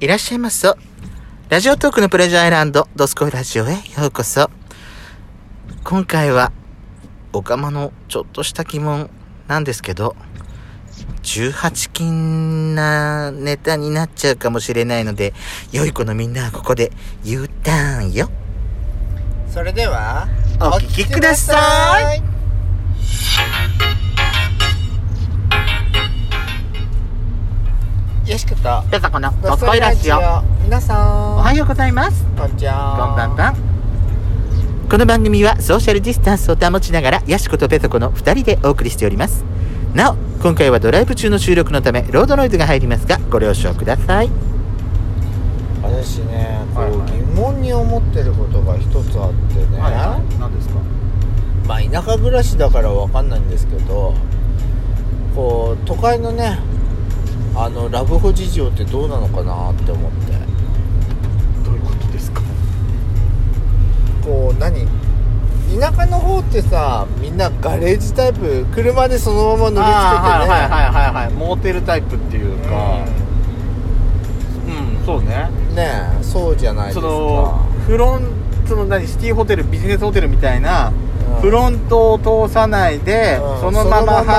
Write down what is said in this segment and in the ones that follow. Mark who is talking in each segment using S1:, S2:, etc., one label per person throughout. S1: いらっしゃいますよ。ラジオトークのプレジャーアイランド、ドスコイラジオへようこそ。今回は、オカマのちょっとした疑問なんですけど、18禁なネタになっちゃうかもしれないので、良い子のみんなはここで U ターンよ。
S2: それでは
S1: お聞きくださ
S2: いよしこと
S1: ペザコの
S2: ドスコイラジオ皆さん
S1: おはようございます。
S2: こんにちは
S1: こんばんは。この番組はソーシャルディスタンスを保ちながらヤシコとペトコの2人でお送りしておりますなお今回はドライブ中の収録のためロードノイズが入りますがご了承ください
S2: 私ねこ
S1: はいうはい
S2: 疑問に思ってることが一つあってね、
S1: 何ですか
S2: まあ田舎暮らしだからわかんないんですけどこう都会のねあのラブホ事情ってどうなのかなって思って
S1: どういうことですか
S2: こう何田舎の方ってさみんなガレージタイプ車でそのまま乗りつけてね
S3: あーはいはいはいはいはいモーテルタイプっていうかうん、そうね
S2: うんねえそうじゃないです
S3: そ
S2: か
S3: のフロンその何シティホテルビジネスホテルみたいな、
S2: うん
S3: フロントを通さないで、
S2: うん
S3: そのまま
S2: そのまま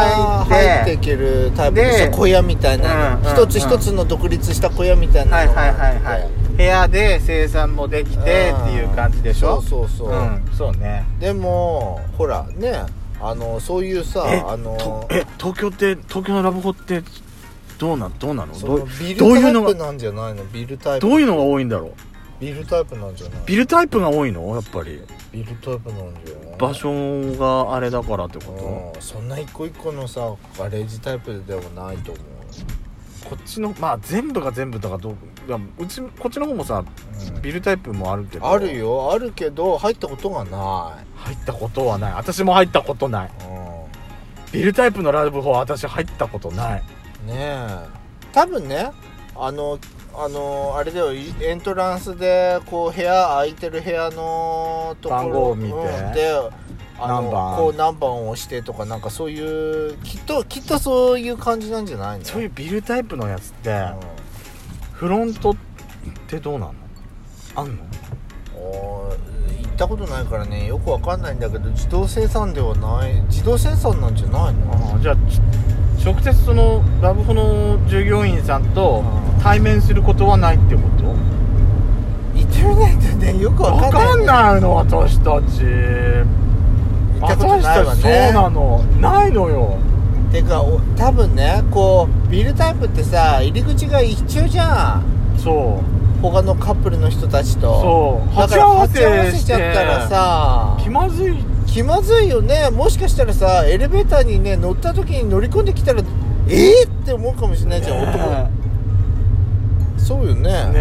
S2: 入
S3: 入
S2: っ
S3: ってて
S2: いけるタイプでしょ
S3: で
S2: 小屋みたいな、
S3: うんうん
S2: 一つ一つの独立した小屋みたい
S3: は
S2: ないの
S3: はい
S2: があ
S3: は
S2: って
S3: いはい部屋で生産もできてっていう感じでしょ
S2: うんそうそうそう、
S3: ん、そうね
S2: でもほらねあのそういうさ
S3: え
S2: あの
S3: 東京って東京のラブホってどうなんどうなの
S2: そのビルタイプなんじゃないのビルタイプ
S3: いうのが多いんだろう
S2: ビルタイプなんじゃない
S3: ビルタイプが多いのやっぱり
S2: ビルタイプなんじゃない
S3: 所があれだからってこ
S2: うんそんな一個一個のさガレージタイプではないと思う
S3: こっちのまあ全部が全部とかどういやうちこっちの方もさ、
S2: うん
S3: ビルタイプもあるけど
S2: あるよあるけど入ったことがな
S3: 入ったことはない私も入ったことない
S2: い、う
S3: ビルタイプのライブホは私入ったことない
S2: ん、ねえ多分ねあのあのあれだよいエントランスでこう部屋空いてる部屋のところ
S3: 番号を見て
S2: うんであの
S3: 何番
S2: こう何番を押してとかなんかそういうきっときっとそういう感じなんじゃないの、
S3: そういううビルタイプのやつって、
S2: うん
S3: フロントってどうなのあんの
S2: おー行ったことないからねよくわかんないんだけど自動生産ではない自動生産なんじゃないの
S3: あじゃあち直接そのラブホの従業員さんと
S2: うん
S3: 対面することはないってこと
S2: 行ってみないとねよくわかん
S3: わ
S2: ない
S3: かんないの私たち
S2: 行ったことないわ
S3: 私たちそう
S2: ね
S3: なのないのよ
S2: てかお多分ねこうビルタイプってさ入り口が一緒じゃん
S3: そう
S2: 他のカップルの人たちと
S3: そう
S2: だから
S3: 鉢合わせ
S2: 鉢ちゃったらさ
S3: 気まずい
S2: 気まずいよねもしかしたらさエレベーターにね乗った時に乗り込んできたらえっ、って思うかもしれないじゃん男そうよね
S3: ね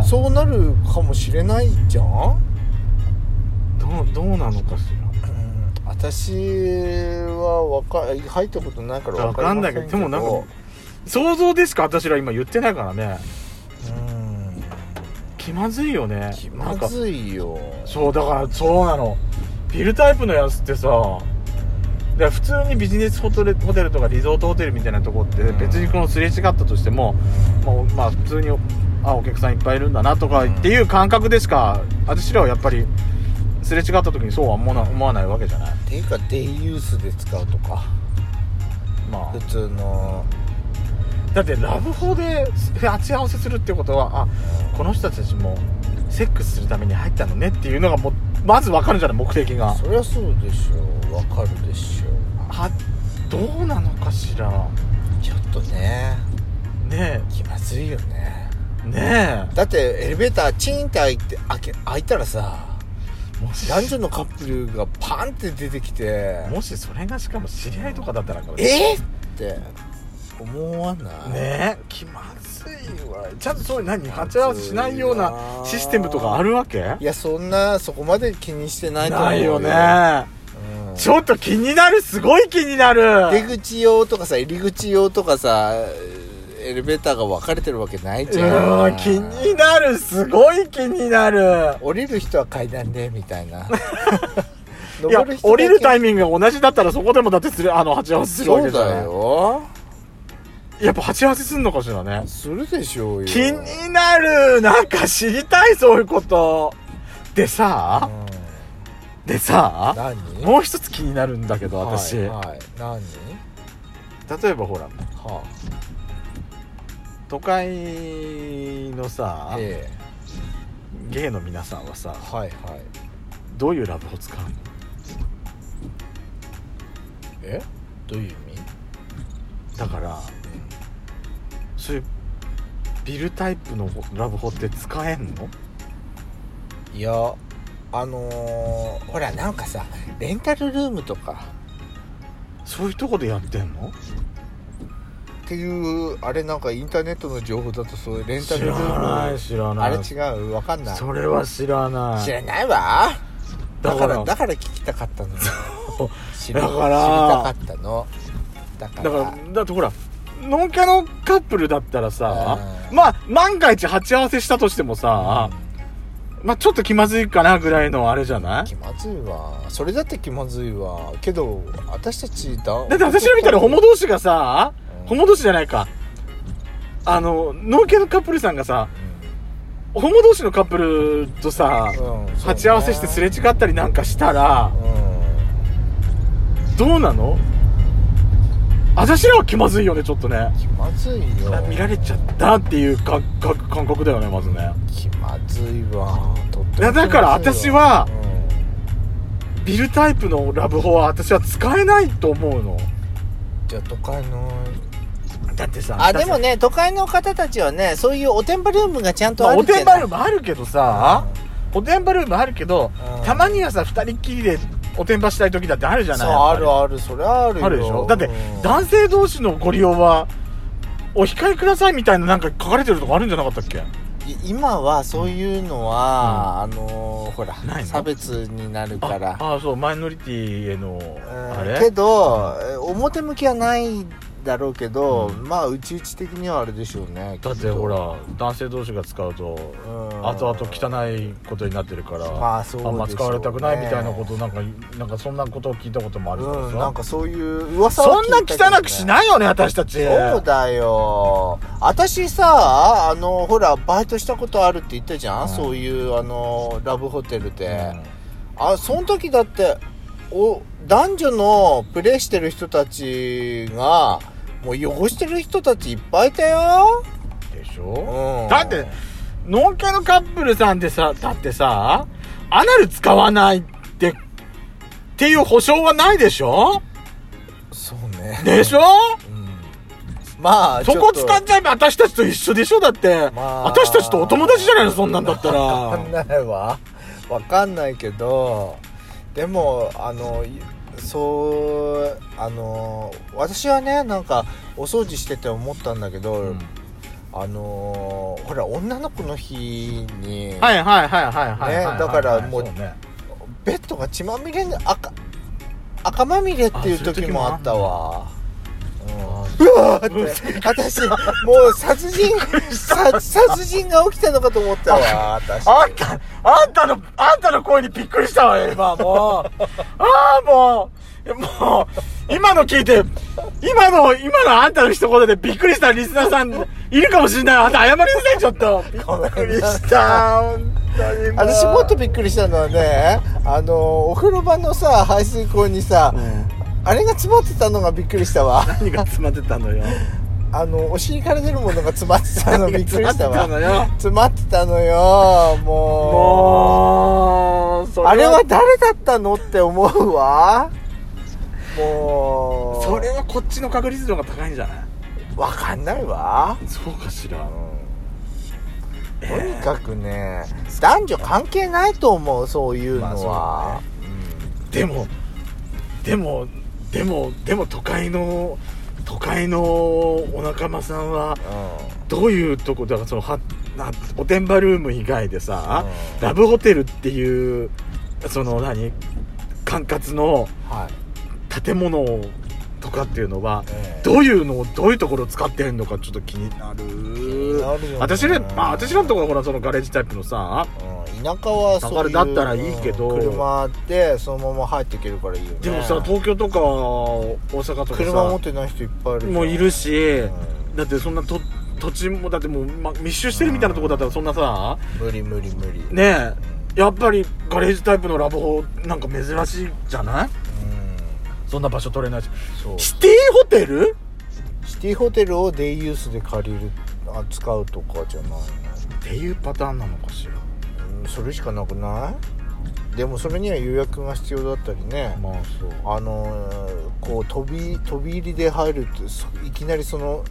S3: え
S2: そうなるかもしれないじゃん
S3: どうどうなのかし
S2: うん私はわか入ったことないから
S3: らわ
S2: 分か
S3: かん
S2: りま
S3: な
S2: せ
S3: い
S2: ん
S3: け
S2: け
S3: ど
S2: ど
S3: でもなんか想像でしか私ら今言ってないからね
S2: うん
S3: 気まずいよね
S2: 気ま
S3: なんか
S2: ずいよ
S3: そうだからそうなのビルタイプのやつってさで普通にビジネスホテルホテルとかリゾートホテルみたいなとこって
S2: うん
S3: 別にこのすれ違ったとしても、もうまあ普通にあお客さんいっぱいいるんだなとかっていう感覚でしか私らはやっぱりすれ違った時にそうは思わな思わないわけじゃない
S2: っていうかデイユースで使うとか
S3: ま
S2: 普通の
S3: あだってラブホで鉢合わせするってことはあこの人たちもセックスするために入ったのねっていうのがもうまず分かるじゃない目的が
S2: そりゃそうでしょわかるでしょ
S3: あどうなのかしら
S2: ちょっとね
S3: ね
S2: 気まずいよね
S3: えね
S2: だってエレベーターチーンって開いて開け開いたらさ
S3: えもし
S2: 男女のカップルがパンって出てきて
S3: もしそれがしかも知り合いとかだったらこれ
S2: えっって思わない
S3: ねえ気まずいわちゃんとそういう何鉢合わせしないようなシステムとかあるわけ
S2: いやそんなそこまで気にしてないと思う
S3: ないよ、ね
S2: うん
S3: ちょっと気になるすごい気にな
S2: 出
S3: る
S2: 口用とかさ入り口用とかさエレベーターが分かれてるわけないうじゃ
S3: わ
S2: ん
S3: 気になるすごい気になる
S2: 降りる人は階段でみたいな
S3: いや
S2: 登人だけ
S3: 降りるタイミングが同じだったらそこでもだってするあの鉢合わせするわ
S2: そ
S3: け
S2: う
S3: じゃない
S2: だよ
S3: やっぱ鉢合わせすんのかしらね
S2: するでしょうよ
S3: 気になるなんか知りたいそういうことでさ
S2: うん
S3: でさ
S2: 何
S3: もう一つ気になるんだけど私、
S2: はいはい、何
S3: 例えばほら
S2: は
S3: 都会のさ
S2: あ、ええ
S3: ゲイの皆さんはさ
S2: はいはい
S3: どういうラブホ使うの
S2: えどういう意味
S3: だからそういうビルタイプのラブホって使えんの
S2: いやあのーほらなんかさレンタルルームとか
S3: そういうとこでやってんの
S2: っていうあれなんかインターネットの情報だとそういうレンタ
S3: 知
S2: ルル
S3: らな
S2: ー
S3: い
S2: ム
S3: 知らな
S2: あれ
S3: い
S2: 違うわかんない
S3: それは知らない
S2: 知らないわだか
S3: だからら
S2: だから聞きたかったの
S3: そう
S2: 知り
S3: だから
S2: 知りたかったのだから
S3: だからだってほらノンキャのカップルだったらさ
S2: うん
S3: まあ万が一鉢合わせしたとしてもさ、まあちょっと気まずいかなぐらいのあれじゃない
S2: 気まずいわそれだって気まずいわけど私たちだ
S3: だって私らみたいなホモ同士がさ、
S2: うん
S3: ホモ同士じゃないかあの農家のカップルさんがさ
S2: う
S3: ホモ同士のカップルと
S2: ん
S3: さ、
S2: うんそうね
S3: 鉢合わせしてすれ違ったりなんかしたら
S2: うん
S3: どうなの私らは気まずいよねちょっとね
S2: 気まずいよ
S3: あ見られちゃったっていう感覚感覚だよねまずね
S2: 気まずいわとっても
S3: いやだから
S2: 気まずい
S3: 私
S2: わ
S3: はビルタイプのラブホは私は使えないと思うの
S2: うんじゃあ都会の
S3: だってさ
S2: あでもね都会の方たちはねそういうおてんばルームがちゃんと
S3: まあ
S2: ある
S3: お
S2: じゃ
S3: て
S2: ない
S3: んばルームあるけどさ、おてんばルームあるけど、
S2: うん
S3: たまにはさ2人っきりでおてんばしたい時だってあるじゃない
S2: そう
S3: や
S2: あ
S3: っぱり
S2: るあるそれはあるよ
S3: あるでしょだって
S2: うん
S3: 男性同士のご利用はお控えくださいみたいななんか書かれてるとこあるんじゃなかったっけ
S2: い今はそういうのは、あのーほら
S3: ないの
S2: 差別になるから
S3: ああそうマイノリティへの
S2: うん
S3: あれ
S2: けどえ表向きはないだろうけど、まあ内々的にはあれでしょうね
S3: だってほ、ら男性同士が使うと
S2: きっとうん
S3: 後々汚いことになってるから、
S2: まあそうでしょ
S3: ん
S2: うね
S3: ま使われたくないみたいなことなんかなんかそんなことを聞いたこともあるからさ、
S2: うん、なんかそういう噂は
S3: そんな
S2: 聞いたけどね
S3: 汚くしないよね私たち
S2: そうだよ私さあのほらバイトしたことあるって言ったじゃん、
S3: うん
S2: そういうあのラブホテルで、
S3: うん
S2: あその時だってお男女のプレイしてる人たちがもう汚してる人たちいっぱいいたよ、
S3: でしょ、
S2: うん、
S3: だってノンケのカップルさんでさだってさアナル使わないってっていう保証はないでしょ
S2: そうね
S3: でしょ
S2: まあ
S3: そこ使っ
S2: ち
S3: ちゃえば私たちと一緒でしょだって、
S2: まあ
S3: 私たちとお友達じゃないのそんなんだったら
S2: ゃわかんないわわかんないけどでもあのいそうあの私はねなんかお掃除してて思ったんだけど、
S3: うん
S2: あのほら女の子の日に、
S3: はいはいはいはいはいはいはい、
S2: ねだからもう
S3: そね
S2: ベッドが血まみれに赤赤まみれっていう時もあったわうんうわーって私もう殺人 さ殺人が起きたのかと思ったわ私
S3: あんた、あんたの、あんたの声にびっくりしたわよ、今、も う。ああ、もう、もう、今の聞いて、今の、今のあんたの一言でびっくりしたリスナーさん、いるかもしれない。あんた謝りなさい、ちょっと。びっくりした、本当にう。
S2: 私もっとびっくりしたのはねあのお風呂場のさ排水口にさ、
S3: うん
S2: あれが詰まってたのがびっくりしたわ
S3: 何が詰まってたのよ。
S2: あのお尻から出るものが詰まって たのびっくりしたわ
S3: 何が詰まってたのよ
S2: 詰まってたのよもう
S3: もう、そ
S2: あれは誰だったのって思うわもう
S3: それはこっちの確率の方が高いんじゃない
S2: わかんないわ、
S3: そうかしら。
S2: とにかくね男女関係ないと思うそういうの
S3: ま
S2: は、
S3: でもでもでもでも都会の都会のお仲間さんはどういうとこだからそのはなおてんばルーム以外でさ、
S2: うん
S3: ラブホテルっていうその何管轄の
S2: うんはい
S3: 建物とかっていうのは、
S2: ええ
S3: どういうのをどういうところを使ってんのかちょっと気になる
S2: になるよね
S3: 私ら、まあ、私らのところほらそのガレージタイプのさ
S2: うん田舎はそういう
S3: だからだったらいいけど
S2: うん車でそのまま入っていけるからいいよね
S3: でもさ東京とか大阪とかさ
S2: 車持ってない人いっぱいいるじゃん
S3: もういるし、
S2: うん
S3: だってそんなと土地もだってもう、ま、密集してるみたいなとこだったらそんなさ
S2: 無理無理無理
S3: ねえやっぱりガレージタイプのラブホなんか珍しいじゃない
S2: うん
S3: そんな場所取れないし
S2: そう
S3: シティホテル
S2: シティホテルをデイユースで借りるあ使うとかじゃないの
S3: っていうパターンなのかしら
S2: うんそれしかなくないでもそれには予約が必要だったりね
S3: まあそう
S2: あのーこう飛び飛び入りで入るってそいきなりその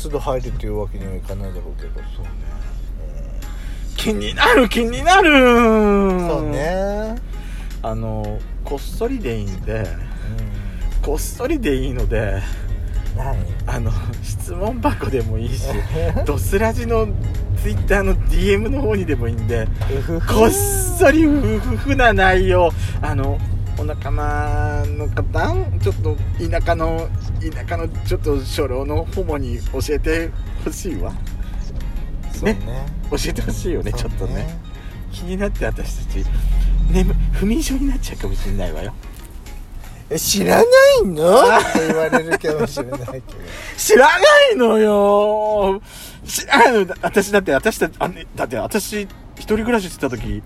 S2: 都度入るっていうわけにはいかないだろうけどそうね
S3: 気になる気になる
S2: そうね
S3: あのこっそりでいいんで
S2: うん
S3: こっそりでいいので
S2: 何
S3: あの質問箱でもいいしドスラジのツイッターの DM の方にでもいいんで
S2: うふふ
S3: こっそりうふふな内容あのお仲間の方ちょっと田舎の田舎のちょっと初老のホモに教えてほしいわ
S2: そう
S3: ね
S2: ね
S3: 教えてほしいよねち
S2: そ
S3: ょ
S2: う
S3: っとね気になって私たち眠不眠症になっちゃうかもしれないわよ
S2: え知らないのって言われるかもしれないけど
S3: 知らないのよ知らないのだ私だって私だあねだって私一人暮らししてた時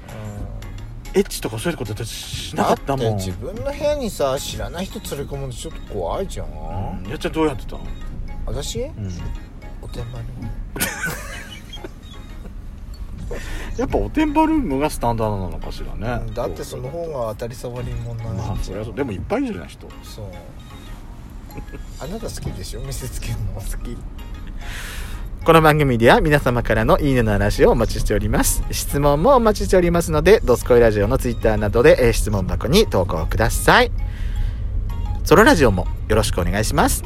S3: エッチとかそういうこと私し なかったもん
S2: だって自分の部屋にさ知らない人連れ込むのちょっと怖いじゃん、
S3: うんやっちゃんどうやってた、
S2: 私、
S3: うん、
S2: お手間に
S3: やっぱおてんばルームがスタンダードなのかしらね、
S2: だってその方が当たり障りもない
S3: まあそりゃそうでもいっぱいいるじゃない人好
S2: そうあなた好きでしょ見せつけるの
S3: き
S1: この番組では皆様からのいいねの話をお待ちしております。質問もお待ちしておりますので、ドスコイラジオのツイッターなどでえー質問箱に投稿ください。ソロラジオもよろしくお願いします。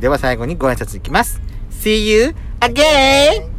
S1: では最後にご挨拶いきます。See you again!